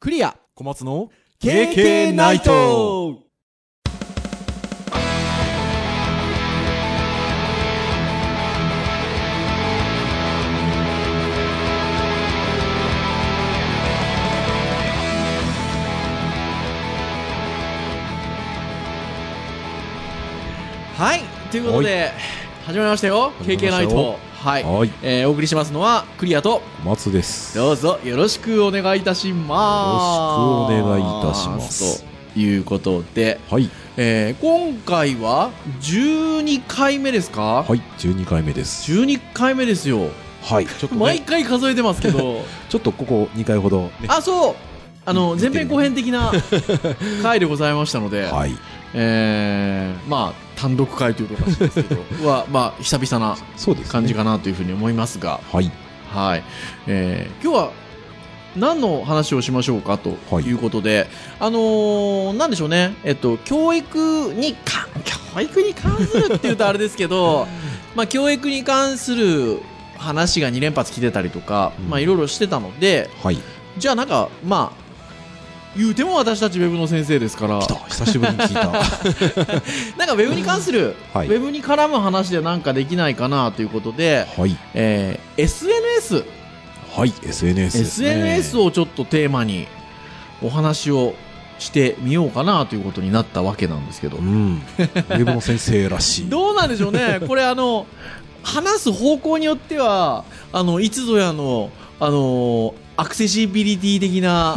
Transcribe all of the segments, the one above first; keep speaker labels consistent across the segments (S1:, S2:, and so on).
S1: クリア
S2: 小松の
S1: KK ナイトはいということで始まりましたよ
S2: 始まり
S1: KK
S2: まし
S1: ナ
S2: た
S1: イ
S2: よ
S1: トはい、
S2: はい
S1: えー、お送りしますのはクリアと
S2: 小松です
S1: どうぞよろしくお願いいたします。
S2: よろしくお願いいたします。
S1: ということで、
S2: はい
S1: えー今回は12回目ですか、
S2: はい12回目です
S1: 12回目ですよ。
S2: はいちょっと、
S1: 毎
S2: ね、
S1: 回数えてますけ ど、
S2: ちょっとここ2回ほどね
S1: あ、そうあの、前
S2: 出て
S1: 編
S2: る
S1: 後編的 な回でございましたので、
S2: はい
S1: えーまあ、単独回というとおかしいです けど、は、まあ、久々な
S2: そうですね
S1: 感じかなというふうに思いますが、
S2: はい
S1: はい、えー今日は何の話をしましょうかと
S2: はい
S1: いうことで、あのーなんでしょうね、えっと、教育にか教育に関するっていうとあれですけ どまあ教育に関する話が2連発来てたりとか、
S2: うん
S1: まあいろいろしてたので
S2: はい
S1: じゃあなんかまあ言うても私たちウェブの先生ですから
S2: 来た久しぶりに聞 いた
S1: なんかウェブに関する、
S2: はい
S1: ウェブに絡む話でなんかできないかなということで、
S2: はい
S1: えー SNS
S2: はい SNS ですね
S1: SNS をちょっとテーマにお話をしてみようかなということになったわけなんですけど
S2: う、んウェブの先生らし い
S1: どうなんでしょうね、これあの、話す方向によっては、あのいつぞやの、あのアクセシビリティ的な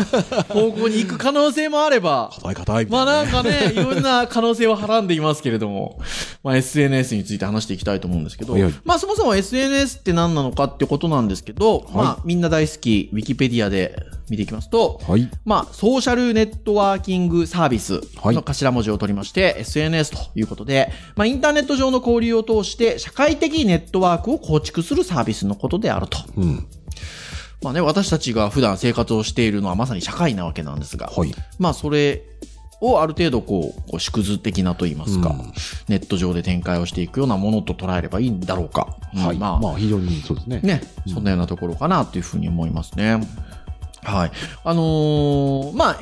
S1: 方向に行く可能性もあれば、
S2: 硬い硬いみた
S1: ま
S2: い
S1: あ
S2: な、
S1: なんかね、いろんな可能性ははらんでいますけれど も、まあ SNS について話していきたいと思うんですけど
S2: はいはい、
S1: まあそもそも SNS って何なのかってことなんですけど、
S2: い
S1: まあみんな大好き、ウィキペディアで見ていきますと、
S2: はい
S1: まあ、ソーシャルネットワーキングサービス
S2: はい
S1: の頭文字を取りまして、SNS ということで、まあ、インターネット上の交流を通して、社会的ネットワークを構築するサービスのことであると。
S2: うん
S1: まあね、私たちが普段生活をしているのはまさに社会なわけなんですが、
S2: はい
S1: まあ、それをある程度こう、こう縮図的なと言いますか、
S2: うん
S1: ネット上で展開をしていくようなものと捉えればいいんだろうか。
S2: はい
S1: うん
S2: まあ、非常にそうですね
S1: ね、そんなようなところかなというふうに思いますね。はい。あのーまあ、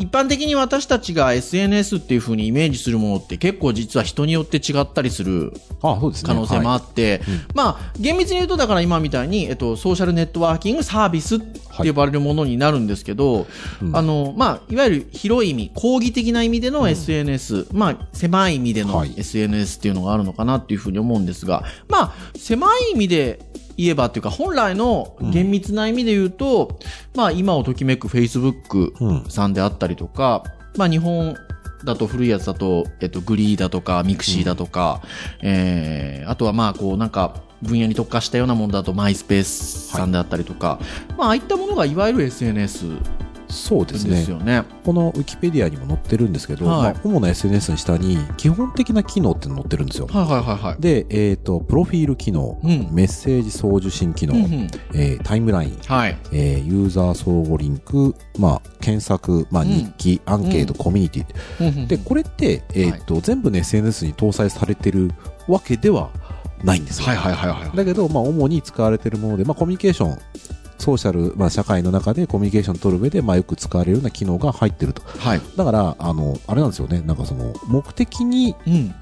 S1: 一般的に私たちが SNS っていうふうにイメージするものって結構実は人によって違ったりする
S2: あそうですね
S1: 可能性もあ
S2: は
S1: って、まあ、厳密に言うとだから今みたいに、えっと、ソーシャルネットワーキングサービスって呼ばれるものになるんですけど、
S2: うん
S1: あの、まあ、いわゆる広い意味、講義的な意味での SNS、まあ、狭い意味での
S2: はい
S1: SNS っていうのがあるのかなっていうふうに思うんですが、まあ、狭い意味で言えばっていうか、本来の厳密な意味で言うと、まあ、今をときめく Facebook
S2: いうん
S1: さんであったりとか、まあ、日本だと古いやつだと、えっと、グリーだとか、ミクシーだとか、えーあとはまあ、こう、なんか、分野に特化したようなものだと、マイスペースさんであったりとか、まあ、ああいったものがいわゆる SNS
S2: そうで
S1: ですすよね。
S2: ねこのウィキペディアにも載ってるんですけど、
S1: はい
S2: まあ主な SNS の下に基本的な機能っての載ってるんですよ。
S1: はいはいはいはい。
S2: で、えっ、と、プロフィール機能、
S1: うん
S2: メッセージ送受信機能、
S1: うんうん
S2: えータイムライン、
S1: はい。
S2: えーユーザー相互リンク、まあ、検索、まあ、
S1: うん
S2: 日記、アンケート、コミュニティ。で、これって、えっ、と、全部ね、SNS に搭載されてるわけではないんですよ。
S1: はいはいはいはい。
S2: だけど、まあ、主に使われてるもので、まあ、コミュニケーション、ソーシャル、まあ、社会の中でコミュニケーション取る上で、まあ、よく使われるような機能が入ってると。
S1: はい。
S2: だから、あの、あれなんですよね。なんかその、目的に、
S1: うん。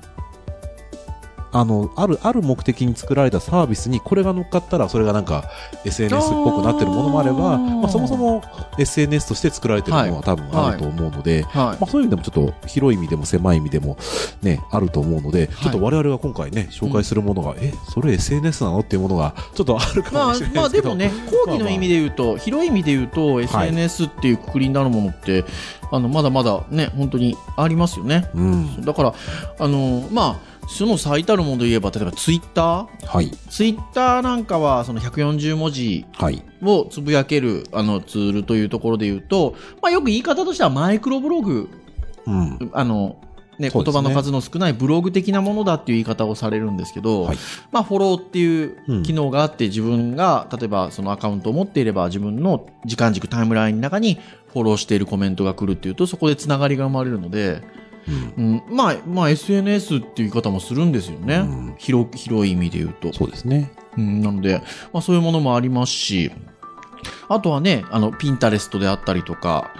S2: あの、ある、ある目的に作られたサービスに、これが乗っかったら、それがなんか、SNS っぽくなってるものもあれ
S1: あ
S2: ば、
S1: ー
S2: まあ、そもそも SNS として作られてるものは多分あると思うので、
S1: はい。
S2: まあ、そういう意味でもちょっと広い意味でも狭い意味でもね、あると思うので、
S1: い
S2: ちょっと我々が今回ね、紹介するものが、え、それ SNS なのっていうものがちょっとあるか
S1: ま
S2: も
S1: あ
S2: しれ、
S1: ま
S2: ないで
S1: あ
S2: すけ
S1: で
S2: ど。
S1: もね、講義の意味で言うと、広い意味で言うと、SNS っていうくくりになるものって、あの、まだまだね、本当にありますよね。
S2: うん。
S1: だから、あの、まあ、その最たるもので言えば、例えばツイッター
S2: はい。
S1: ツイッターなんかは、その140文字
S2: はい。
S1: をつぶやける、あの、ツールというところで言うと、まあ、よく言い方としてはマイクロブログ
S2: うん。
S1: あの、ね、
S2: そう
S1: 言
S2: です
S1: 葉
S2: ね
S1: の数の少ないブログ的なものだっていう言い方をされるんですけど、
S2: はい
S1: まあ、フォローっていううん機能があって、自分が、例えばそのアカウントを持っていれば、自分の時間軸タイムラインの中にフォローしているコメントが来るっていうと、そこでつながりが生まれるので、
S2: うん
S1: うん、まあ、まあ、SNS っていう言い方もするんですよね。
S2: うん
S1: 広広い意味で言うと。
S2: そうですね。
S1: うん、なので、まあ、そういうものもありますし、あとはね、あの、ピンタレストであったりとか、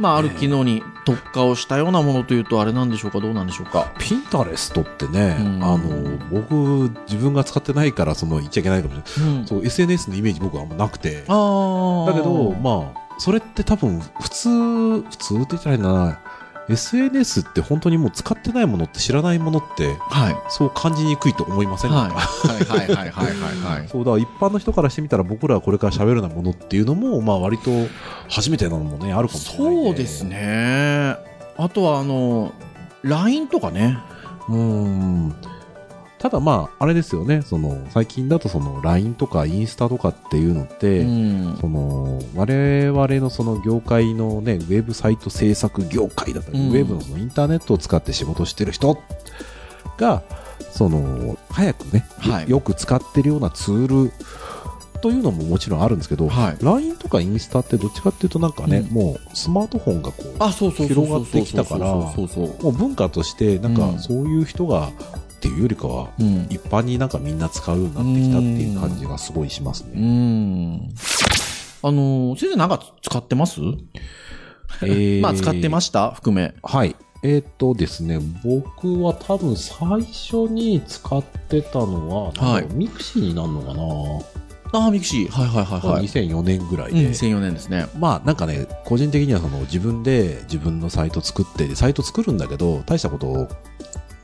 S1: まあ、ある機能に特化をしたようなものというと、あれなんでしょうか、どうなんでしょうか。
S2: ピンタレストってね、
S1: うん
S2: あの、僕、自分が使ってないから、その、言っちゃいけないかもしれない。
S1: うん、
S2: そう、SNS のイメージ僕はあんまなくて。
S1: ああ。
S2: だけど、まあ、それって多分、普通、普通って言ったらいいんだな。SNS って本当にもう使ってないものって知らないものって、
S1: はい。
S2: そう感じにくいと思いませんか、
S1: はい。はいはいはいはいはいはい。
S2: そうだ、一般の人からしてみたら僕らはこれから喋るようなものっていうのも、まあ割と初めてなのもね、あるかもしれない、
S1: そうです。ね。あとは、あの、LINE とかね。
S2: うん。ただまあ、あれですよね、その、最近だとその LINE とかインスタとかっていうのって、
S1: うん。
S2: その我々のその業界の、ね、ウェブサイト制作業界だったり、
S1: うん
S2: ウェブのそのインターネットを使って仕事してる人がその早くね、
S1: はい
S2: よく使ってるようなツールというのももちろんあるんですけど、
S1: はい。
S2: LINE とかインスタってどっちかっていうとなんかね、
S1: うん
S2: もうスマートフォンがこう
S1: あ、そうそうそうそう。
S2: 広がってきたから
S1: そうそうそう。
S2: もう文化としてなん
S1: う
S2: か
S1: ん
S2: そういう人がっていうよりかは
S1: うん。
S2: 一般になんかみんな使うようになってきたっていう感じがすごいしますね。
S1: うん。あの、先生なんか使ってます
S2: えー
S1: まあ、使ってました含め。
S2: はい。えっ、とですね、僕は多分最初に使ってたのは、
S1: はい
S2: ミクシーになるの
S1: ああ、ミクシー。はいはいは
S2: かな、
S1: いはい。
S2: 2004年ぐらい
S1: うん、
S2: で。
S1: 2004年ですね。
S2: まあなんかね、個人的にはその自分で自分のサイト作って、サイト作るんだけど、大したことを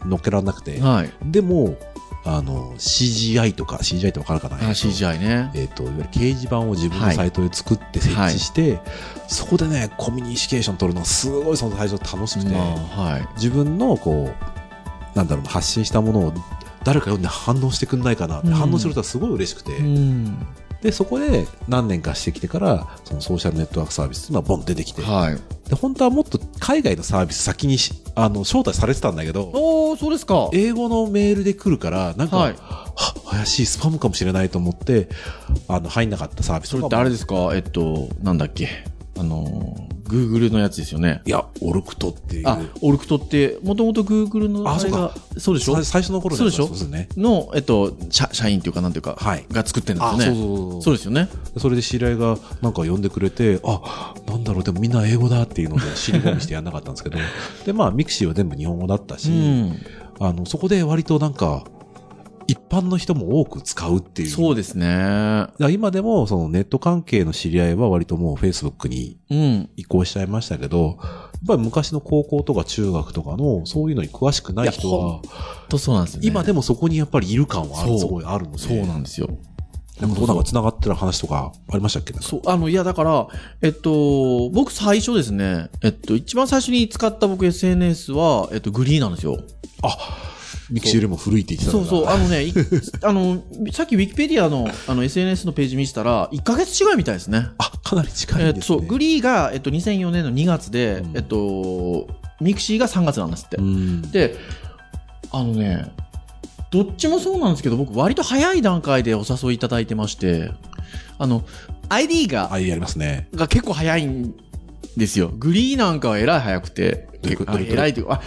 S2: 乗っけられなくて、
S1: はい。
S2: でも、あの、CGI とか、CGI ってわかるかな
S1: あ CGI ね。
S2: えっといわゆる掲示板を自分のサイトで作って設置して、そこでね、コミュニケーション取るのがすごいその最初楽しくて、
S1: まあ、はい。
S2: 自分のこうなんだろうな発信したものを誰か読んで反応してくんないかなって、
S1: うん
S2: 反応するとはすごい嬉しくて、
S1: うん。
S2: でそこで何年かしてきてからそのソーシャルネットワークサービスっていうのはボン出てきて、
S1: はい。
S2: で本当はもっと海外のサービス先にしあの招待されてたんだけど
S1: おー、そうですか。
S2: 英語のメールで来るからなんか、
S1: はい
S2: は怪しいスパムかもしれないと思ってあの入んなかったサービス
S1: そ
S2: と
S1: れ
S2: か
S1: ってあれですすかえっと、なんだっけあのー、Google のやつですよね。
S2: いやオルクトっていう
S1: あ、オルクトって、もともと Google の
S2: あ
S1: あれが、そうでしょ
S2: さ最初の頃のやつ
S1: そうでしょ
S2: ですね
S1: の、えっと、社社員というか、なんていうか、
S2: はい
S1: が作ってるんです
S2: あ
S1: よね。
S2: そうそうそうそう
S1: そうですよね。
S2: それで知り合いがなんか呼んでくれて、あ、なんだろう、でもみんな英語だっていうので尻込みしてやんなかったん ですけど、で、まあ、ミクシーは全部日本語だったし、
S1: う
S2: あの、そこで割となんか、一般の人も多く使うってい
S1: ん。
S2: う。
S1: そうですね。
S2: だから今でも、そのネット関係の知り合いは割ともう Facebook に
S1: うん。
S2: 移行しちゃいましたけど、やっぱり昔の高校とか中学とかの、そういうのに詳しくない人
S1: いや
S2: は、
S1: と、そうなんですよね。
S2: 今でもそこにやっぱりいる感はあ
S1: そ
S2: る、
S1: う
S2: すごいあるので。
S1: そうなんですよ。
S2: なんかどうなんか繋がってる話とかありましたっけなんか
S1: そう、あの、いや、だから、えっと、僕最初ですね、えっと、一番最初に使った僕 SNS は、えっと、グリーなんですよ。
S2: あ、ミクシーよりも古いって言ってた
S1: そ
S2: ん
S1: う
S2: だ
S1: そう、あのね、い あの、さっきウィキペディアのあの SNS のページ見せたら、1ヶ月違いみたいですね。
S2: あ、かなり近
S1: え
S2: い
S1: っ
S2: ん
S1: と、
S2: です
S1: そ
S2: ね。
S1: う、グリーが、えっと、2004年の2月で、
S2: うん
S1: えっと、ミクシーが3月なんですって。
S2: うん
S1: で、あのね、どっちもそうなんですけど、僕割と早い段階でお誘いいただいてまして、あの、ID が、
S2: あ、やりますね。
S1: が結構早いんですよ。グリーなんかはえらい早くて。
S2: どういうこと
S1: あえらいというか、あ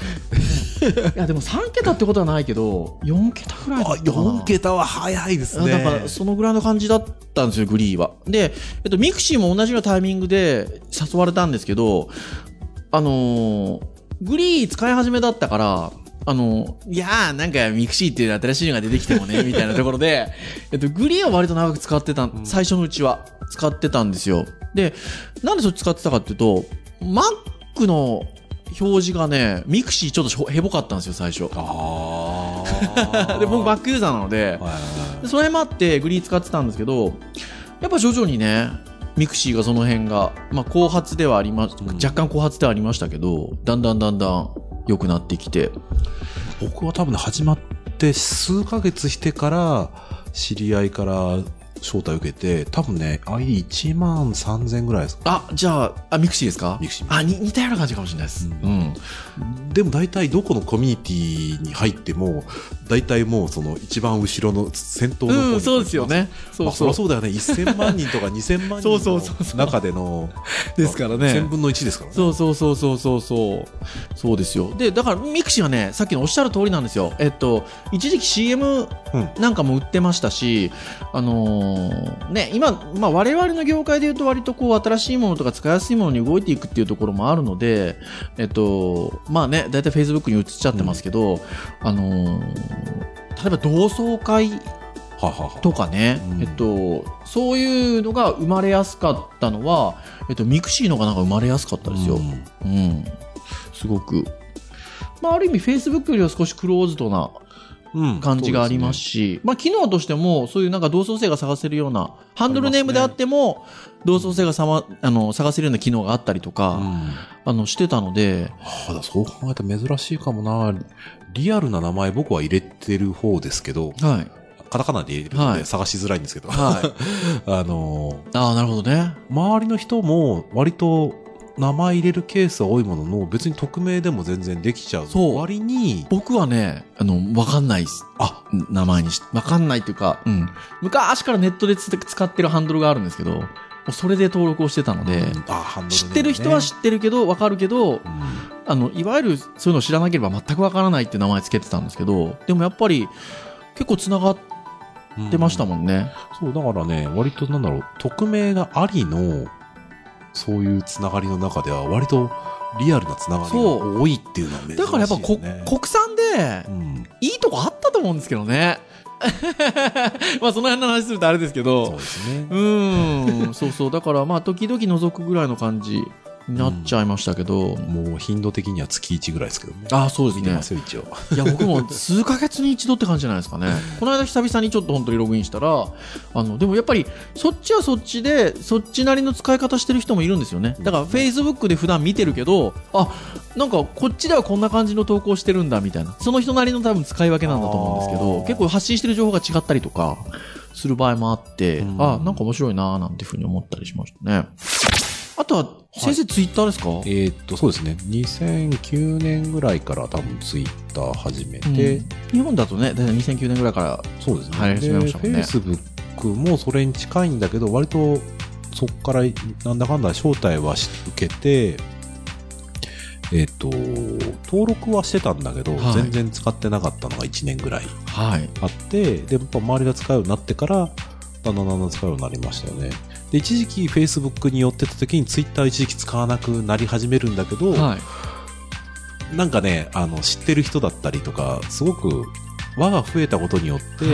S1: いやでも3桁ってことはないけど、4桁ぐらいだ
S2: あ、
S1: ったかな
S2: 4桁は早いですね。
S1: だからそのぐらいの感じだったんですよ、グリーは。で、えっと、ミクシーも同じようなタイミングで誘われたんですけど、あのーグリー使い始めだったから、あのーいやー、なんかミクシーっていう新しいのが出てきても ね、みたいなところで、えっと、グリーは割と長く使ってた、最初のうちは使ってたんですよ。で、なんでそれ使ってたかっていうと、Mac の表示がね、ミクシーちょっとしょへぼかったんですよ、最初。
S2: あー
S1: で、僕バックユーザーなので、
S2: はいはいは
S1: でその辺もあってグリーン使ってたんですけどやっぱ徐々にねミクシーがその辺が、まあ、後発ではありま、
S2: ん
S1: 若干後発ではありましたけどだんだんだんだん良くなってきて
S2: い僕は多分ね始まって数ヶ月してから、知り合いから招待を受けて、多分ね、ID1 万3000ぐらいですか。
S1: あじゃああミクシーですか
S2: ミクシー
S1: あに似たような感じかもしれないです、
S2: うでも大体どこのコミュニティに入っても、大体もうその一番後ろの先頭
S1: う
S2: の方
S1: ん
S2: に、
S1: そうですよ。ね
S2: ま
S1: そ
S2: あ
S1: う
S2: そ
S1: そ
S2: りゃ
S1: う
S2: そうだよね。1000万人と か2000万人
S1: そうそうそうそ
S2: の中での、
S1: ですからね
S2: 1000分の1ですからね。
S1: そうそうそうそうそうそうそうですよでだからミクシーはねさっきのおっしゃる通りなんですよえっと一時期 CM
S2: うん
S1: なんかも売ってましたし、あのーね、今、まあ、我々の業界でいうと割とこう新しいものとか使いやすいものに動いていくっていうところもあるので、えっと、まあね、だいたい Facebook に移っちゃってますけど、あのー例えば同窓会
S2: ははは
S1: とかね、
S2: うん
S1: えっと、そういうのが生まれやすかったのは、えっと、ミクシーのがなんか生まれやすかったですよ。
S2: うん
S1: うん、すごく。まあ、ある意味、Facebook よりは少しクローズドな
S2: うん
S1: 感じがあります
S2: そう
S1: し、まあ、機能としても、そういうなんか同窓生が探せるような、ハンドルネームであっても、同窓生がさま、あの、探せるような機能があったりと
S2: ですね
S1: か、
S2: うん
S1: あの、してたので、
S2: ああだそう考えたら珍しいかもな。リアルな名前僕は入れてる方ですけど、
S1: はい。
S2: カタカナで入れてるん
S1: は
S2: で
S1: い
S2: 探しづらいんですけど、
S1: はい。
S2: あの
S1: ああ、なるほどね。
S2: ー、周りの人も割と名前入れるケースは多いものの、別に匿名でも全然できちゃう。
S1: そう
S2: 割に、
S1: 僕はね、あの、わかんないっす
S2: あ、
S1: 名前にし、わかんないっていうか、うん。昔からネットでつ使ってるハンドルがあるんですけど、もうそれで登録をしてたので、
S2: うんあハンドルネームね
S1: 知ってる人は知ってるけど、わかるけど、
S2: うん
S1: あの、いわゆるそういうのを知らなければ全くわからないって名前つけてたんですけど、でもやっぱり結構繋がっ
S2: うん
S1: てましたもんね。
S2: そう、だからね、割となんだろう、匿名がありの、そういうつながりの中では、割とリアルなつながりが
S1: そう
S2: 多いっていうのは珍しい、ね。
S1: だからやっぱこ、国産で
S2: うん、
S1: いいとこあったと思うんですけどね。 まあその辺の話するとあれですけ
S2: そう
S1: ど。
S2: ですね
S1: う。ーん、そうそう。だからまあ時々覗くぐらいの感じになっちゃいましたけど。
S2: もう頻度的には月1ぐらいですけどね。
S1: ああ、そうで
S2: 見
S1: す
S2: て
S1: ね
S2: ま。すよ、一応。
S1: いや、僕も数ヶ月に一度って感じじゃないです かね。この間久々にちょっと本当にログインしたら、あの、でもやっぱり、そっちはそっちで、そっちなりの使い方してる人もいるんですよね。だから、Facebook で普段見てるけど、あ、なんかこっちではこんな感じの投稿してるんだ、みたいな。その人なりの多分使い分けなんだと思うんですけ
S2: あ
S1: ど
S2: ー、
S1: 結構発信してる情報が違ったりとか、する場合もあって、
S2: うん
S1: あ、なんか面白いなーなんていうふうに思ったりしましたね。あとは、先生、ツイッターですか
S2: えーっと、そうですね。2009年ぐらいから多分ツイッター始めて、
S1: うん日本だとね、だいたい2009年ぐらいから
S2: そうですね。
S1: はい始めましたもんね
S2: で Facebook もそれに近いんだけど、割とそこからなんだかんだ招待はし受けて、えっ、と、登録はしてたんだけど、
S1: はい
S2: 全然使ってなかったのが1年ぐらい
S1: はい。
S2: あって、で、やっぱ周りが使うようになってから、だんだんだんだん使うようになりましたよね。で、一時期 Facebook に寄ってた時に Twitter 一時期使わなくなり始めるんだけど、
S1: はい。
S2: なんかね、あの、知ってる人だったりとか、すごく輪が増えたことによって、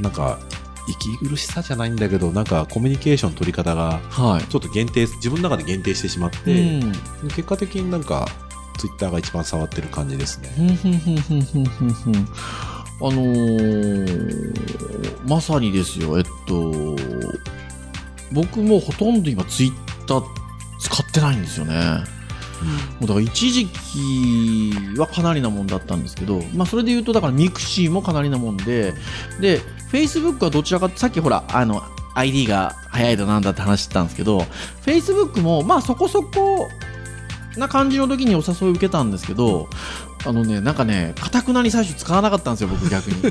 S2: なんか、息苦しさじゃないんだけど、なんかコミュニケーション取り方が、
S1: はい。
S2: ちょっと限定、自分の中で限定してしまって、
S1: うん
S2: 結果的になんか、ツイッターが一番触ってる感じですね。
S1: ふんふんふんふんふんふんふんあのーまさにですよ、えっと、僕もほとんど今ツイッター使ってないんですよね。もうだから一時期はかなりなもんだったんですけど、まあそれで言うとだからミクシーもかなりなもんで、で、Facebook はどちらかってさっきほら、あの、ID が早いだなんだって話してたんですけど、Facebook もまあそこそこな感じの時にお誘い受けたんですけど、あのね、なんかね、かたくなに最初使わなかったんですよ、僕逆に。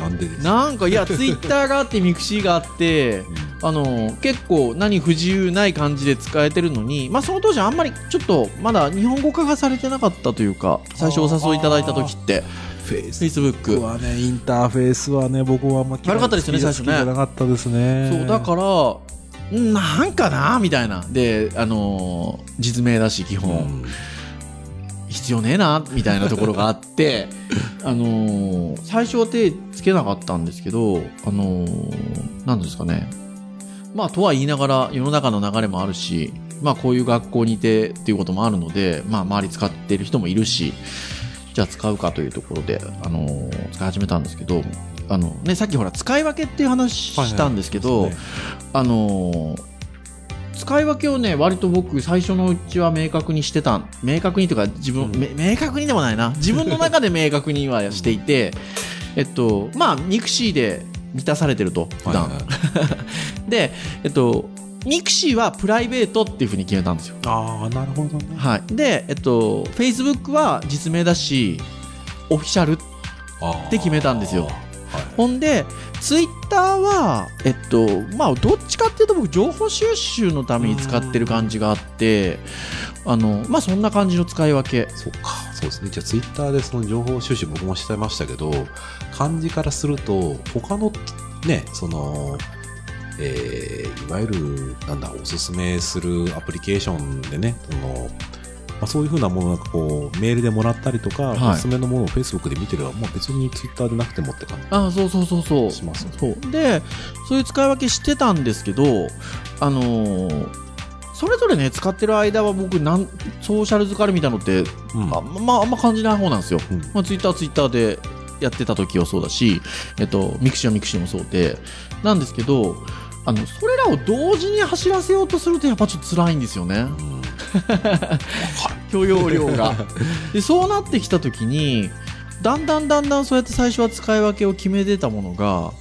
S2: なんでですか
S1: なんか、いや、Twitter があって、ミクシーがあって、あの結構何不自由ない感じで使えてるのに、まあ、その当時あんまりちょっとまだ日本語化がされてなかったというか最初お誘いいただいた時って
S2: フェイス
S1: Facebook
S2: はね、インターフェースはね、僕はあんま
S1: 悪かったですよね最初ね
S2: 好きじゃなかったですね。
S1: そうだからんなんかなみたいなであのー実名だし基
S2: う
S1: 本、
S2: ん
S1: 必要ねえなみたいなところがあって あのー最初は手つけなかったんですけどあのーなんですかねまあとは言いながら世の中の流れもあるしまあこういう学校にいてっていうこともあるのでまあ周り使ってる人もいるしじゃあ使うかというところで、あのー使い始めたんですけどあの、ね、さっきほら使い分けっていう話したんですけど、
S2: はいはい
S1: あのー使い分けをね割と僕最初のうちは明確にしてたん明確にというか自分、
S2: うん
S1: め明確にでもないな自分の中で明確にはしていて えっとまあミクシーで満たされてると普段、
S2: はいはい
S1: でえっとミクシーはプライベートっていうふうに決めたんですよ
S2: ああ、なるほどね。
S1: はいでえっとフェイスブックは実名だしオフィシャル
S2: って
S1: 決めたんですよ
S2: はい、
S1: ほんで、ツイッターは、えっと、まあ、どっちかっていうと僕、情報収集のために使ってる感じがあって、あの、まあ、そんな感じの使い分け。
S2: そうか、そうですね。じゃあ、ツイッターでその情報収集僕もしてましたけど、漢字からすると、他のね、その、えーいわゆる、なんだ、おすすめするアプリケーションでね、そのまあ、そういうふうなものなんかこう、メールでもらったりとか、
S1: はい
S2: おすすめのものを Facebook で見てるのは、もう別に Twitter でなくてもって感
S1: あそうそうそうそう
S2: じします。
S1: そうでそういう使い分けしてたんですけどあのーそれぞれね使ってる間は僕なんソーシャル疲れみたいなのって
S2: うん
S1: あ,、まあ、あんま感じない方なんですよ、
S2: うん
S1: まあ、ツイッターはツイッターでやってた時はそうだし、えっと、ミクシーはミクシーもそうでなんですけどあのそれらを同時に走らせようとするとやっぱちょっと辛いんですよね
S2: うん
S1: 許容量がでそうなってきた時にだんだんだんだんそうやって最初は使い分けを決めてたものが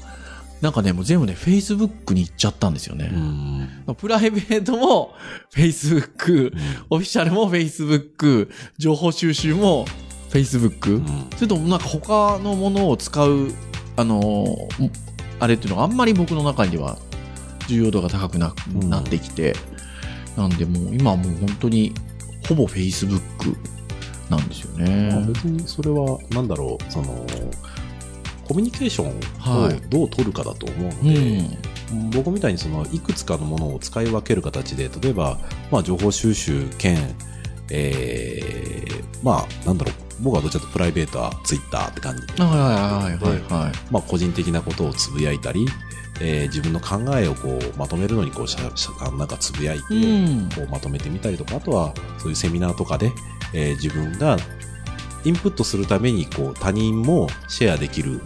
S1: なんかねもう全部ね Facebook に行っちゃったんですよね、
S2: うん
S1: プライベートも Facebook、オフィシャルも Facebook、情報収集も Facebook、
S2: うん
S1: それともなんか他のものを使う、あのーんあれっていうのがあんまり僕の中には重要度が高くな,、
S2: うん
S1: なってきて、なんでもう今はもう本当にほぼ Facebook なんですよ
S2: まあ
S1: ね。
S2: 別にそれは、なんだろう、その、コミュニケーショ
S1: は
S2: ン
S1: い
S2: をどう取るかだと思うの
S1: うん、
S2: で、僕みたいにそのいくつかのものを使い分ける形で例えば、まあ、情報収集兼、えーまあなんだろう僕はどちらかというとプライベートはツイッターって感じで、
S1: はいはいはいはいはい。
S2: まあ、個人的なことをつぶやいたり、えー自分の考えをこうまとめるのにこうしゃしゃなんかつぶやいて、
S1: うん
S2: こうまとめてみたりとかあとはそういうセミナーとかで、えー自分がインプットするためにこう他人もシェアできる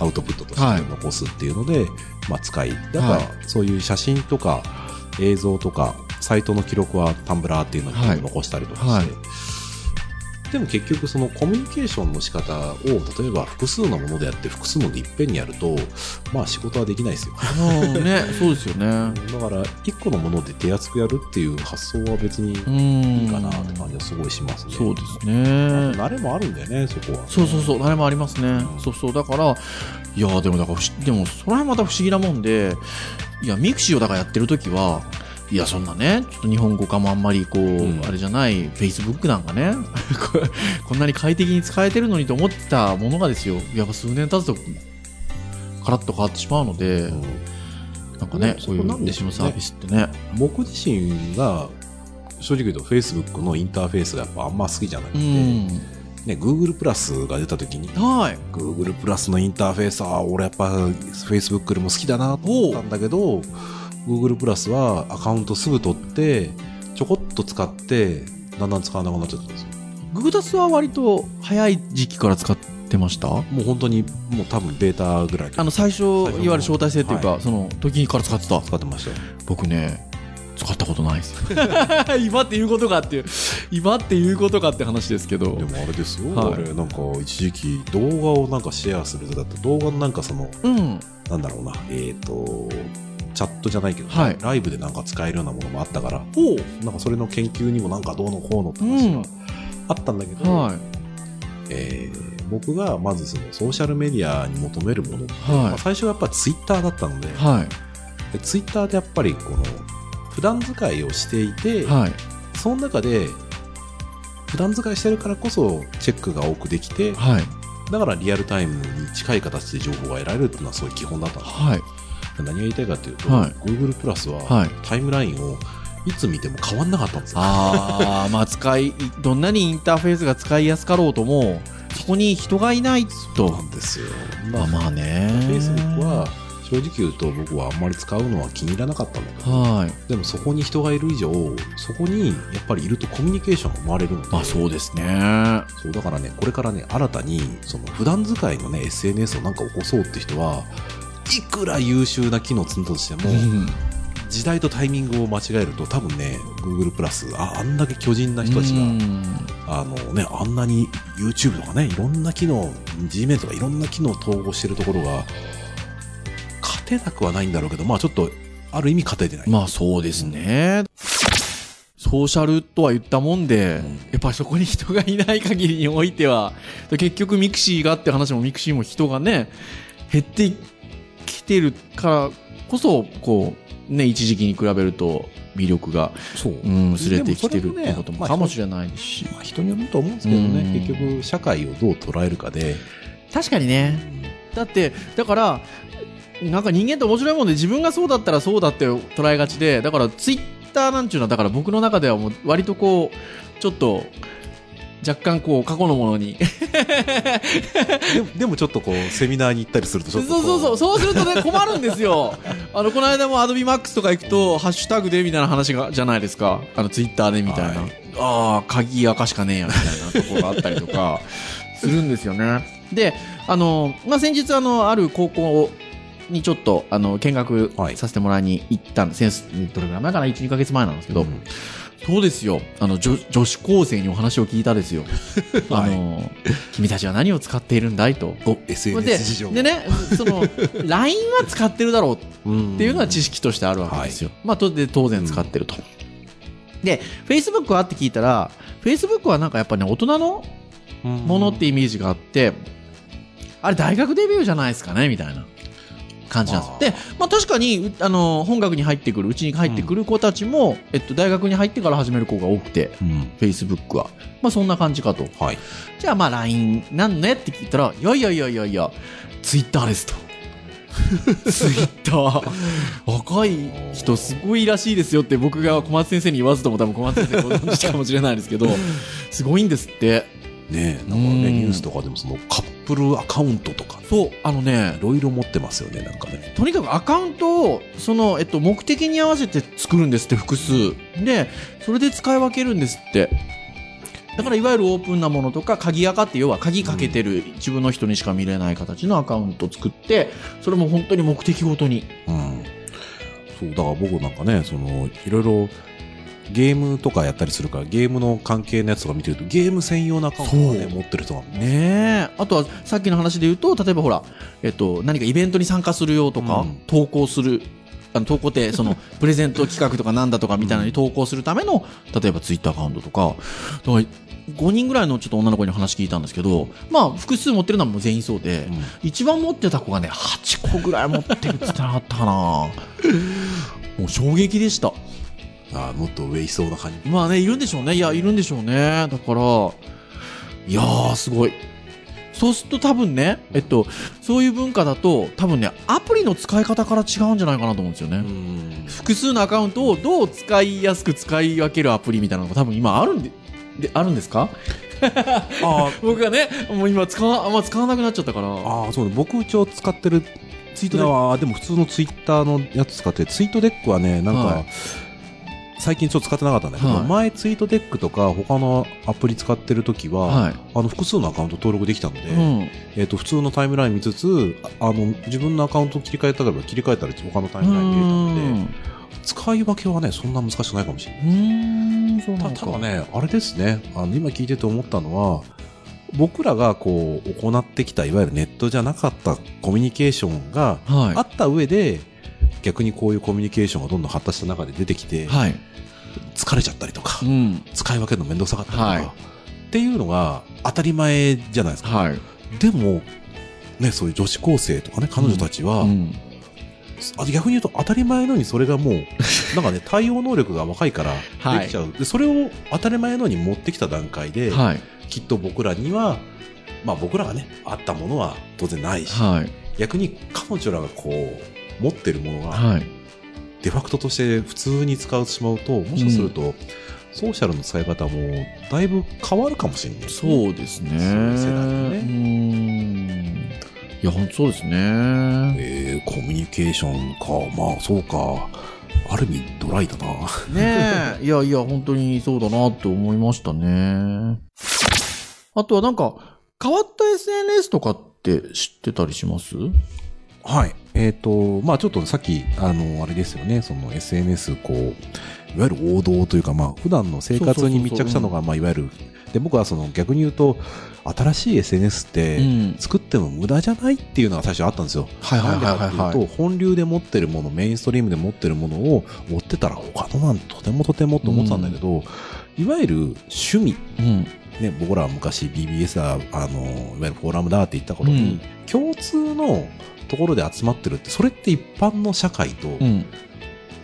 S2: アウトプットと
S1: は
S2: し
S1: い
S2: て残すっていうので、まあ、使いだから、
S1: はい
S2: そういう写真とか映像とかサイトの記録はタンブラーっていうの
S1: はい
S2: に残したりとかして、
S1: はい
S2: でも結局そのコミュニケーションの仕方を例えば複数のものでやって複数のでいっぺんにやるとまあ仕事はできないですよ
S1: あのね、そうですよね。
S2: だから一個のもので手厚くやるっていう発想は別に
S1: うん。
S2: いいかなって感じはすごいしますね。
S1: そうです
S2: あ
S1: ね
S2: と。慣れもあるんだよね、そこは。
S1: そうそうそう、誰もありますね。
S2: ん
S1: そうそう、だから、いやー、でも、だから不思、でも、それはまた不思議なもんで、いや、ミクシーをだからやってる時は、いや、そんなね、ちょっと日本語化もあんまり、こう、
S2: うん
S1: あれじゃない、Facebook なんかね、 ここんなに快適に使えてるのにと思ってたものがですよ、やっぱ数年経つと、カラッと変わってしまうので、
S2: うん
S1: なんかね、こ
S2: そこ
S1: ういう
S2: なんでしょうね
S1: サービスってね。
S2: 僕自身が正直言うと Facebook のインターフェースがやっぱあんま好きじゃなく
S1: う
S2: て、
S1: ん。
S2: ね、Google プラスが出た時に
S1: はい。
S2: Google プラスのインターフェースは俺やっぱ Facebook よりも好きだなと思ったんだけど Google プラスはアカウントすぐ取ってちょこっと使ってだんだん使わなくなっちゃったんですよ
S1: グータスは割と早い時期から使ってました
S2: もう本当にもう多分ベータぐらい
S1: あの最初
S2: 最初の
S1: いわゆる招待制っていうか、
S2: は
S1: その時から使ってた
S2: 使ってましたよ
S1: 僕ね使ったことないです 今っていうことかっていう今っていうことかって話ですけど
S2: でもあれですよ、
S1: はい
S2: 俺なんか一時期動画をなんかシェアするとだって動画のなんかその
S1: うん
S2: なんだろうなえっ、とチャットじゃないけど、
S1: はい
S2: ライブでなんか使えるようなものもあったから
S1: お
S2: なんかそれの研究にもなんかどうのこうのって
S1: う
S2: 話
S1: ん
S2: があったんだけど、
S1: は
S2: えー僕がまずそのソーシャルメディアに求めるものって、
S1: い
S2: まあ
S1: は
S2: 最初はやっぱツイッターだったので,、
S1: いは
S2: でツイッターでやっぱりこの普段使いをしていて、
S1: いはい
S2: その中で普段使いしてるからこそチェックが多くできて、
S1: はい
S2: だからリアルタイムに近い形で情報が得られるっていうのはそういう基本だったんです
S1: はい
S2: 何が言いたいかっていうと、
S1: はい
S2: Google プラスは
S1: はい
S2: タイムラインをいつ見ても変わんなかったんですよ。
S1: あーまあ使いどんなにインターフェースが使いやすかろうともそこに人がいない
S2: な
S1: と
S2: んですよ。
S1: まあまあね
S2: Facebook は正直言うと僕はあんまり使うのは気に入らなかったんだけど、
S1: はい
S2: でもそこに人がいる以上、そこにやっぱりいるとコミュニケーションが生まれるので、
S1: まあそうですねは
S2: そうだからね、これからね、新たにその普段使いのね、SNS をなんか起こそうって人は、いくら優秀な機能を積んだとしても、時代とタイミングを間違えると多分ね Google プラスああんだけ巨人な人たちが、あのね、あんなに YouTube とかねいろんな機能 G メンとかいろんな機能を統合してるところが勝てなくはないんだろうけどまあちょっとある意味勝ててない、
S1: まあそうですね。ソーシャルとは言ったもんで、
S2: うん
S1: やっぱりそこに人がいない限りにおいては、結局ミクシーがって話もミクシーも人がね、減ってきてるからこそ、こう、ね、一時期に比べると魅力が、
S2: そう、
S1: うん、薄れてきてるって
S2: でもそれもね
S1: ことも
S2: まあ
S1: かもしれないですし。
S2: まあ、人によると思うんですけどね、
S1: うん
S2: 結局社会をどう捉えるかで、
S1: 確かにね。だって、だから、なんか人間って面白いもんで自分がそうだったらそうだって捉えがちでだからツイッターなんていうのはだから僕の中ではもう割とこうちょっと若干こう過去のものに
S2: でもでもちょっとこうセミナーに行ったりするとち
S1: そ
S2: ょ
S1: う
S2: っとこ
S1: そうそう
S2: う
S1: そうするとね困るんです よあのこの間もアドビマックスとか行くとハッシュタグでみたいな話がじゃないですかあのツイッターでみたいな、
S2: はい
S1: ああ鍵赤しかねえやみたいなところがあったりとかするんですよねであの、まあ、先日あのある高校にちょっとあの見学
S2: はい
S1: させてもらいに行ったんです、先どれぐらい前かな12か月前なんですけど、
S2: うん
S1: そうですよあの女女子高生にお話を聞いたですよ、
S2: は
S1: あ
S2: い
S1: の君たちは何を使っているんだいと
S2: ご SNS 事情
S1: でね、そ の LINE は使ってるだろうっ
S2: って
S1: ていうのは
S2: 識
S1: 知識としてあるわけですよ、まあ、とで当然使ってると、で Facebook はって聞いたら Facebook はなんかやっぱね大人のも
S2: も
S1: のってイメージがあって、あれ大学デビューじゃないですかねみたいな感じなん
S2: あー
S1: ですで、まあ、確かにうあの本学に入ってくるうちに入ってくる子たちも、えっと、大学に入ってから始める子が多くて
S2: うん、
S1: Facebook は、まあ、そんな感じかと
S2: はい
S1: じゃあまあ LINE なんねって聞いたら、いやいやいやいやいや、ツイッター ですと。ツイッター若い人すごいらしいですよって僕が小松先生に言わずとも多分小松先生ご存知かもしれないです けどすごいんですって
S2: ねなんか
S1: う
S2: ね
S1: ん
S2: ニュースとかでもそのカップルアカウントとか
S1: そうあのね
S2: いろいろ持ってますよねなんかね
S1: とにかくアカウントをその、えっと、目的に合わせて作るんですって複数でそれで使い分けるんですってだからいわゆるオープンなものとか鍵垢って要は鍵かけてる自分の人にしか見れない形のアカウントを作ってそれも本当に目的ごとに
S2: うんそうだから僕なんかねそのいろいろゲームとかやったりするからゲームの関係のやつとか見てるとゲーム専用のアカウントをね
S1: そう
S2: 持ってる人が
S1: ねえあとはさっきの話で言うと例えばほら、えっと、何かイベントに参加するよとか、
S2: うん
S1: 投稿するあの投稿ってそ のプレゼント企画とかなんだとかみたいなのに投稿するための例えばツイッターアカウントとかだから5人ぐらいのちょっと女の子に話聞いたんですけど、まあ、複数持ってるのはもう全員そうで、
S2: うん
S1: 一番持ってた子がね8個ぐらい持ってるって言ってなかったかな もう衝撃でした
S2: あーもっと上いそうな感じ
S1: まあねいるんでしょうねいやいるんでしょうねだからいやーすごいそうすると多分ねえっとそういう文化だと多分ねアプリの使い方から違うんじゃないかなと思うんですよね、
S2: ん
S1: 複数のアカウントをどう使いやすく使い分けるアプリみたいなのが多分今あるんでであるんですか
S2: あー
S1: 僕がねもう今使わあんま使わなくなっちゃったから
S2: あーそうね僕一応使ってる
S1: ツイート
S2: で
S1: で
S2: はでも普通のツイッターのやつ使ってツイートデックはねなんか、
S1: は
S2: 最近ちょっと使ってなかったんだけど、
S1: はい
S2: 前ツイートデックとか他のアプリ使ってる時は、
S1: はい、
S2: あの複数のアカウント登録できたので、
S1: うん
S2: えっと普通のタイムライン見つつああの自分のアカウント切り替えたければ切り替えたら他のタイムライン見れたので使い分けはねそんな難しくないかもしれない
S1: うんうーんそうな
S2: た
S1: のか
S2: ただねあれですねあの今聞いてて思ったのは僕らがこう行ってきたいわゆるネットじゃなかったコミュニケーションが
S1: はい
S2: あった上で逆にこういうコミュニケーションがどんどん発達した中で出てきて、
S1: はい
S2: 疲れちゃったりとか、
S1: うん
S2: 使い分けるの面倒くさかったりとか、
S1: はい
S2: っていうのが当たり前じゃないですか、
S1: はい
S2: でも、ね、そういう女子高生とかね彼女たちは、
S1: うん
S2: あ逆に言うと当たり前のようにそれがも うなんかね対応能力が若いから
S1: はい
S2: できちゃう、でそれを当たり前のように持ってきた段階で、
S1: はい
S2: きっと僕らには、まあ、僕らがねあったものは当然ないし、
S1: はい
S2: 逆に彼女らがこう持ってるものが、
S1: はい
S2: デファクトとして普通に使ってしまうともしかすると、ソーシャルの使い方もだいぶ変わるかもしれないですね、
S1: そうですね。
S2: そういう世代のね
S1: うーん。いや、本当そうですね。
S2: えーコミュニケーションかまあそうかある意味ドライだな
S1: ね え。いやいや、本当にそうだなと思いましたね。あとはなんか、変わった SNS とかって知ってたりします
S2: はいえっ、とまあちょっとさっきあのあれですよねその SNS こういわゆる王道というかまあ普段の生活に密着したのがまあいわゆるで僕はその逆に言うと新しい SNS って、
S1: ん。
S2: 作っても無駄じゃないっていうのが最初あったんですよ。
S1: はいはいはいはい
S2: なんでかっていうと、本流で持ってるもの、メインストリームで持ってるものを追ってたら他のなんてとてもとてもと思ってたんだけど、いわゆる趣味、
S1: うん。
S2: ね、僕らは昔 BBS だ、あの、いわゆるフォーラムだって言った頃
S1: う
S2: に
S1: ん、
S2: 共通のところで集まってるって、それって一般の社会と、
S1: うん。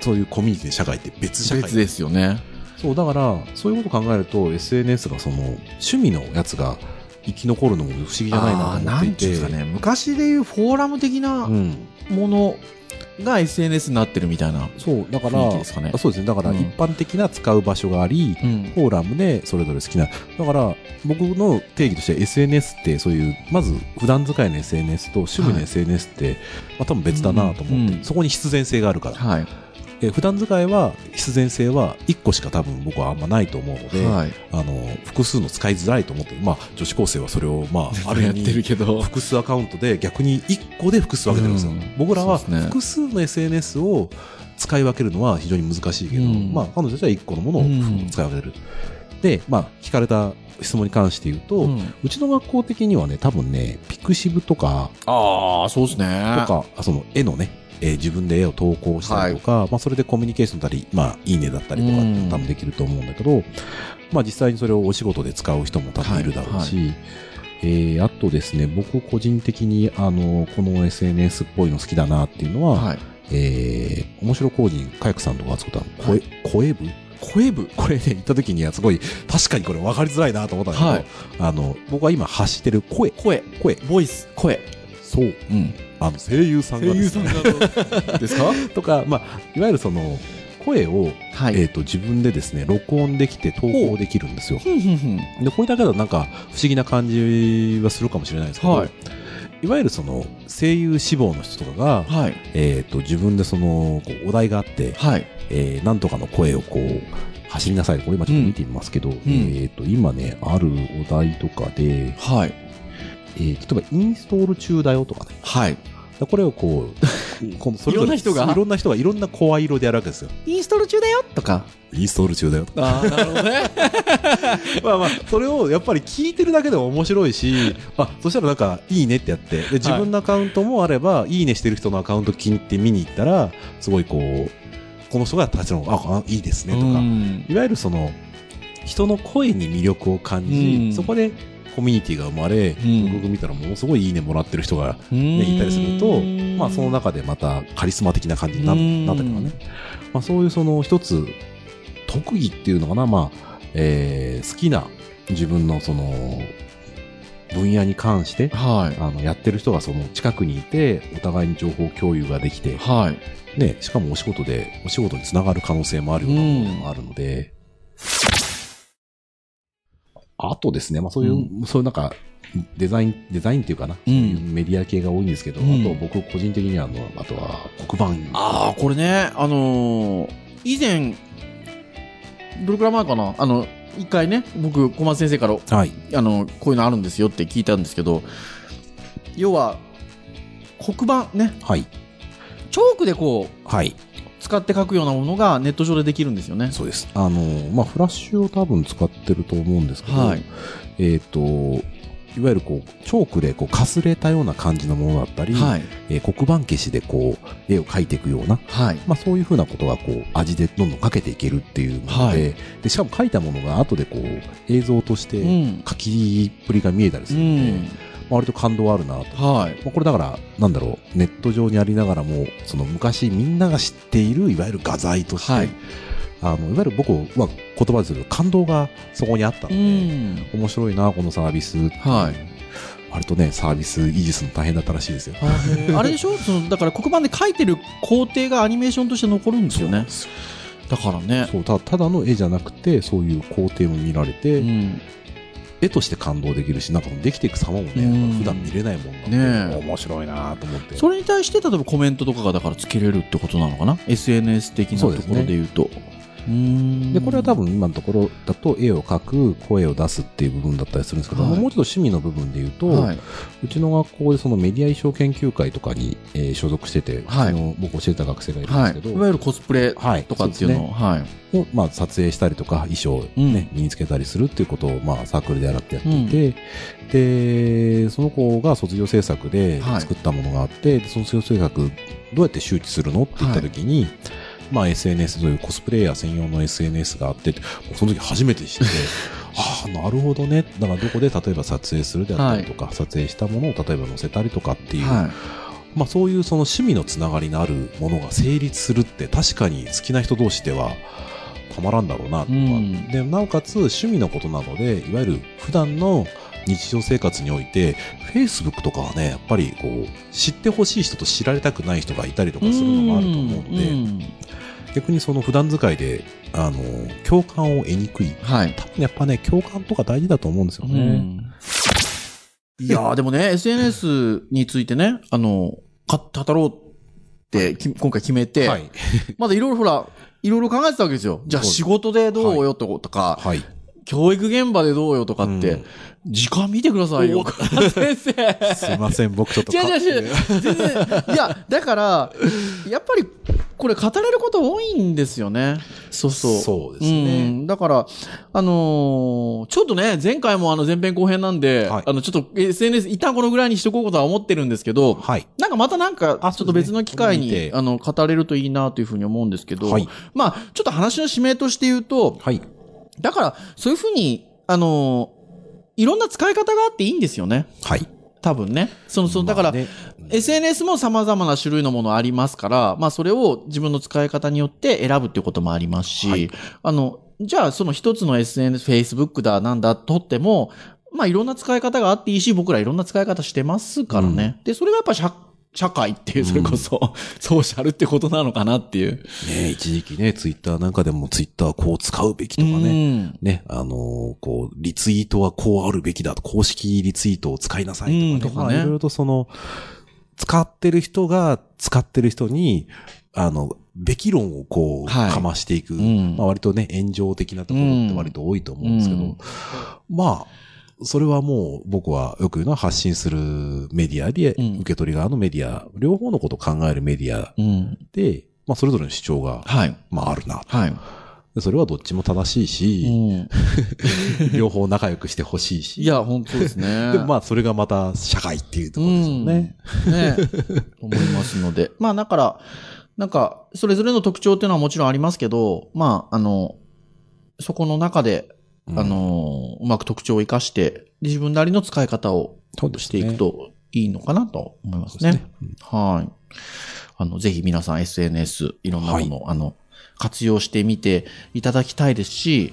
S2: そういうコミュニティの社会って別社会。
S1: 別ですよね。
S2: そう、だから、そういうことを考えると、SNS がその、趣味のやつが、一生き残るのも不思議じゃないなと思
S1: あー
S2: って
S1: ないんてい
S2: て。
S1: うんですかね、昔でいうフォーラム的な
S2: うん。
S1: ものが SNS になってるみたいな。
S2: そう、だから、
S1: 雰囲気ですかね
S2: あそうですね。だから
S1: うん
S2: 一般的な使う場所があり、
S1: うん。
S2: フォーラムでそれぞれ好きな。だから、僕の定義として SNS って、そういう、まず普段使いの SNS と趣味
S1: は
S2: の
S1: い SNS
S2: SNS って、まあ多分別だなと思って、
S1: うんうん
S2: そこに必然性があるから。
S1: はい。
S2: えー普段使いは、必然性は1個しか多分僕はあんまないと思うので、
S1: はい。
S2: あの、複数の使いづらいと思ってる。まあ、女子高生はそれを、 まあ、ある意味、
S1: けど。
S2: 複数アカウントで逆に1個で複数分けてるんですよ、
S1: うん
S2: 僕らは
S1: そうですね
S2: 複数の SNS を使い分けるのは非常に難しいけど、
S1: うん
S2: まあ、彼女たちは1個のものを
S1: うん
S2: 使い分けてる、で、まあ、聞かれた質問に関して言うと、う
S1: うん
S2: ちの学校的にはね多分ねピクシブとか
S1: ああ、そうです
S2: と
S1: ね。
S2: かあその絵のね、えー自分で絵を投稿したりとか、まあ、それでコミュニケーションだったり、まあ、いいねだったりとかっ
S1: う
S2: て
S1: ん
S2: 多分できると思うんだけど、まあ、実際にそれをお仕事で使う人も多分いるだろうし、えーあとですね僕個人的にあのこの SNS っぽいの好きだなっていうのは、
S1: はい。
S2: えー、面白工人かやくさんとかが作った
S1: は
S2: 声、声部声部これね、行った時にはすごい、確かにこれ分かりづらいなと思ったんだけど、
S1: はい
S2: あの、僕は今発してる声、
S1: 声、
S2: 声、
S1: ボイス、声。
S2: そう、
S1: うん。
S2: あの、声優さんがですね、
S1: がですか
S2: とか、まあ、いわゆるその、声を、
S1: は
S2: えっ、
S1: い。
S2: と、自分でですね、録音できて投稿できるんですよ。
S1: ふんふんふん
S2: で、これだけだとなんか、不思議な感じはするかもしれないですけど、
S1: はいい、
S2: わゆるその、声優志望の人とかが、
S1: はい。
S2: えっ、と、自分でその、こうお題があって、
S1: はい。
S2: えー、なんとかの声をこう、走りなさい。これ今ちょっと見てみますけど、えっ、と、今ね、あるお題とかで、
S1: はい。
S2: えー、例えばインストール中だよとかね。
S1: はい。
S2: これをこ う、このそれぞ
S1: いろ
S2: れ
S1: んな人が
S2: いろんな人がいろんな声色でやるわけですよ。
S1: インストール中だよとか。
S2: インストール中だよ。
S1: ああ、なるほどね。
S2: まあまあ、それをやっぱり聞いてるだけでも面白い し、あ、そしたらなんか、いいねってやって、で、自分のアカウントもあれば、いいねしてる人のアカウント気に入って見に行ったら、すごいこう、この人が立ちの、あ、あいいですねとか、
S1: うん
S2: いわゆるその人の声に魅力を感じ、
S1: うん
S2: そこでコミュニティが生まれ、
S1: ん
S2: 僕見たらものすごいいいねもらってる人が、ね
S1: ね
S2: いたりすると、まあ、その
S1: 中
S2: 中でまたカリスマ的な感じにな
S1: うん
S2: なったりとかね、まあ、そういうその一つ特技っていうのかな、まあえー好きな自分のその分野に関して
S1: はい。
S2: あのやってる人がその近くにいてお互いに情報共有ができて、
S1: はい。
S2: ね、しかもお仕事で、お仕事につながる可能性もあるようなものでもあるので、あとですね、まあそういう、そういうなんか、デザイン、デザインっていうかな、
S1: うん
S2: メディア系が多いんですけど、
S1: うん
S2: あと僕個人的にはあの、あとは黒板。
S1: ああ、これね、あのー以前、どれくらい前かなあの、一回ね、僕、小松先生から、
S2: はい。
S1: あの、こういうのあるんですよって聞いたんですけど、要は、黒板ね、
S2: はい。
S1: チョークでこう、
S2: はい。
S1: 使って書くようなものがネット上でできるんですよね。
S2: そうです。あの、まあフラッシュを多分使ってると思うんですけど、
S1: はい。
S2: えっ、と、いわゆるこう、チョークでこう、かすれたような感じのものだったり、
S1: はい。
S2: えー黒板消しでこう、絵を描いていくような、
S1: はい。
S2: まあ、そういうふうなことがこう味でどんどんかけていけるっていうもので,、でしかも書いたものが後でこう映像とし
S1: う
S2: て
S1: ん。
S2: 書きっぷりが見えたりす
S1: う
S2: るので、
S1: ん。
S2: まあ割と感動はあるなと、ま
S1: はい。
S2: あ、これだからなんだろうネット上にありながらもその昔みんなが知っているいわゆる画材として、
S1: はいい、
S2: あのいわゆる僕は言葉ですると感動がそこにあったの
S1: う
S2: で、
S1: ん。
S2: 面白いなこのサービス
S1: はい。
S2: 割とねサービス維持するの大変だったらしいですよ
S1: あれでし ょその、だから黒板で書いてる工程がアニメーションとして残るんですよね。だからね。
S2: そうたただの絵じゃなくてそういう工程も見られて、
S1: うん。
S2: 絵として感動できるし、なんかできていく様もね、
S1: うん
S2: 普段見れないもんなんで、
S1: ねえ
S2: 面白いなと思って。
S1: それに対して例えばコメントとかがだからつけれるってことなのかな SNS 的な
S2: そう
S1: と
S2: です
S1: こ
S2: ね
S1: ろで言うとうーん
S2: で、これは多分今のところだと絵を描く、声を出すっていう部分だったりするんですけど、
S1: はい
S2: もうちょっと趣味の部分で言うと、
S1: はいう
S2: ちの学校でそのメディア衣装研究会とかに、えー所属してて、
S1: はい
S2: あの僕教えた学生がいるんで
S1: は
S2: す
S1: い、
S2: け
S1: い
S2: ど、
S1: わゆるコスプレ
S2: はい
S1: とかっていうのをはい
S2: を、まあ、撮影したりとか、衣装をね、身につけたりするっていうことを、まあ、サークルでやってやっていて、で、その子が卒業制作で
S1: はい
S2: 作ったものがあって、でその卒業制作、どうやって周知するのって言った時に、まあ SNS、そういうコスプレイヤー専用の SNS があって、僕その時初め て知って、ああ、なるほどね。だからどこで例えば撮影するであったりとか、撮影したものを例えば載せたりとかっていう、
S1: はい
S2: まあそういうその趣味のつながりのあるものが成立するって確かに好きな人同士ではたまらんだろうなとか、
S1: うん
S2: でなおかつ趣味のことなのでいわゆる普段の日常生活において、Facebook とかはね、やっぱりこう、知ってほしい人と知られたくない人がいたりとかするのもあると思うので、
S1: ん
S2: 逆にその普段使いで、あの、共感を得にくい。
S1: はい。
S2: 多分やっぱね、共感とか大事だと思うんですよね。
S1: いやーでもね、SNS についてね、あの、か語ろうってき、今回決めて、
S2: はい。
S1: まだいろいろほら、いろいろ考えてたわけですよ。じゃあ
S2: そうです
S1: 仕事でどうよととか、
S2: はい。
S1: 教育現場でどうよとかって、
S2: うん
S1: 時間見てくださいよ、先生。
S2: すいません、僕ちょっと。
S1: 違う違う違う。全然。いや、だから、やっぱり、これ語れること多いんですよね。そうそう。
S2: そうですね
S1: うんだから、あのーちょっとね、前回もあの前編後編なんで、
S2: はい
S1: あの、ちょっと SNS 一旦このぐらいにしとこうとは思ってるんですけど、
S2: はい。
S1: なんかまたなんか、
S2: あ
S1: ちょっと別の機会
S2: そう
S1: に、
S2: ですね見て
S1: あの、語れるといいなというふうに思うんですけど、
S2: はい
S1: まあ、ちょっと話の指名として言うと、
S2: はい。
S1: だから、そういうふうに、あのーいろんな使い方があっていいんですよね。
S2: はい。
S1: 多分ね。その、その、だから、
S2: まあね
S1: SNS も様々な種類のものありますから、まあそれを自分の使い方によって選ぶっていうこともありますし、
S2: はい
S1: あの、じゃあその一つの SNS、Facebook だなんだとっても、まあいろんな使い方があっていいし、僕らいろんな使い方してますからね。で、それがやっぱ社、社会っていう、それこそ、 ソーシャルってことなのかなっていう。
S2: ね、一時期ね、ツイッターなんかでもツイッターこう使うべきと
S1: う
S2: かね。
S1: ん。
S2: ね、あのーこう、リツイートはこうあるべきだ、公式リツイートを使いなさいとかね。
S1: うんとかね
S2: まあいろいろとその、使ってる人が使ってる人に、あの、べき論をこう、
S1: はい
S2: かましていく。
S1: ん
S2: まあ割とね、炎上的なところって割と多いと思うんですけど、
S1: うん
S2: まあ、それはもう僕はよく言うのは発信するメディアで、
S1: うん
S2: 受け取り側のメディア、両方のことを考えるメディア
S1: うん。
S2: で、まあそれぞれの主張が、
S1: はい。
S2: まああるな。
S1: はい。
S2: でそれはどっちも正しいし、
S1: うん
S2: 両方仲良くしてほしいし。
S1: いや、本当ですね。
S2: でもまあそれがまた社会っていうところですよね。
S1: うん。ね思いますので。 まあだから、なんか、それぞれの特徴っていうのはもちろんありますけど、まあ、あの、そこの中で、
S2: うん
S1: あの、うまく特徴を生かして、で自分なりの使い方を
S2: そうです
S1: して
S2: ね
S1: いくといいのかなと思いますね。
S2: そうです
S1: はい。あの、ぜひ皆さん SNS、いろんなものを、あの、活用してみていただきたいですし、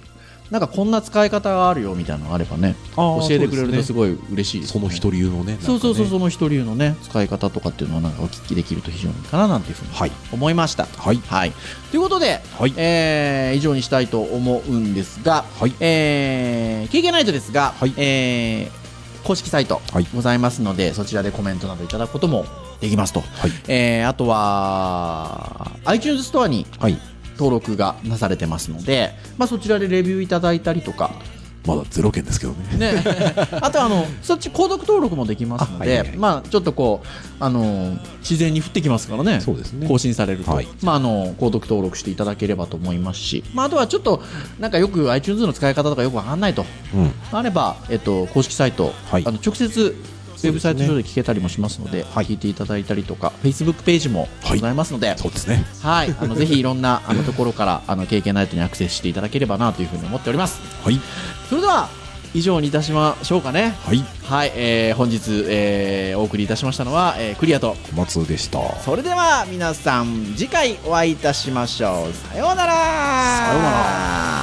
S1: なんかこんな使い方があるよみたいなのがあればね、
S2: あ
S1: 教
S2: ー
S1: えてくれる
S2: そう
S1: と
S2: です
S1: す
S2: ね
S1: ごい嬉しいです、
S2: その一流のね。なんかね
S1: そうそうそう、その一流のね、使い方とかっていうのをなんかお聞きできると非常にいいかななんていうふうに
S2: はい。
S1: 思いました。
S2: はい。
S1: はい。ということで、
S2: はい。
S1: えー以上にしたいと思うんですが、
S2: はい。
S1: えー、経験ナイトですが、
S2: はい
S1: えー公式サイト
S2: はい
S1: ございますので、そちらでコメントなどいただくこともできますと。
S2: はい。
S1: えーあとは、iTunes ストアに
S2: はい。
S1: 登録がなされてますので、まあ、そちらでレビューいただいたりとか、
S2: まだゼロ件ですけどね。
S1: ね、 あとはあのそっち購読登録もできますので、
S2: あはいはいはい
S1: まあ、ちょっとこう、あの自然に降ってきますからね
S2: そうですね
S1: 更新されると、
S2: はい
S1: まあ、あの購読登録していただければと思いますし、まあ、あとはちょっとなんかよく iTunes の使い方とかよくわかんないと
S2: うん。
S1: あれば、えっと、公式サイト、
S2: はい
S1: あの直接ウ
S2: そうですね
S1: ェブサイト上で聞けたりもしますので、聞いていただいたりとか、Facebook ページもございますので、
S2: そうですね。
S1: はい、あのぜひいろんなあのところからあの経験ナイトにアクセスしていただければなというふうに思っております。
S2: はい。
S1: それでは以上にいたしましょうかね。
S2: はい。
S1: はい、えー本日、えーお送りいたしましたのは、えークリアと
S2: 小松でした。さ
S1: それでは皆さん次回お会いいたしましょうさようなら
S2: ようなら。